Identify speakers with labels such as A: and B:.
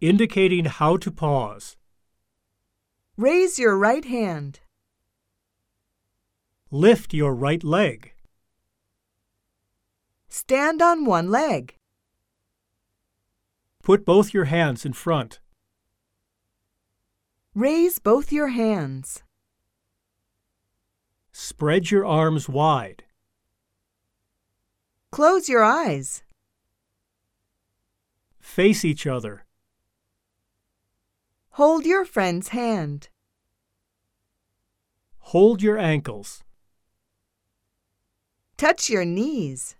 A: indicating how to pause.
B: Raise your right hand.
A: Lift your right leg.
B: Stand on one leg.
A: Put both your hands in front.
B: Raise both your hands.
A: Spread your arms wide.
B: Close your eyes.
A: Face each other.
B: Hold your friend's hand.
A: Hold your ankles.
B: Touch your knees.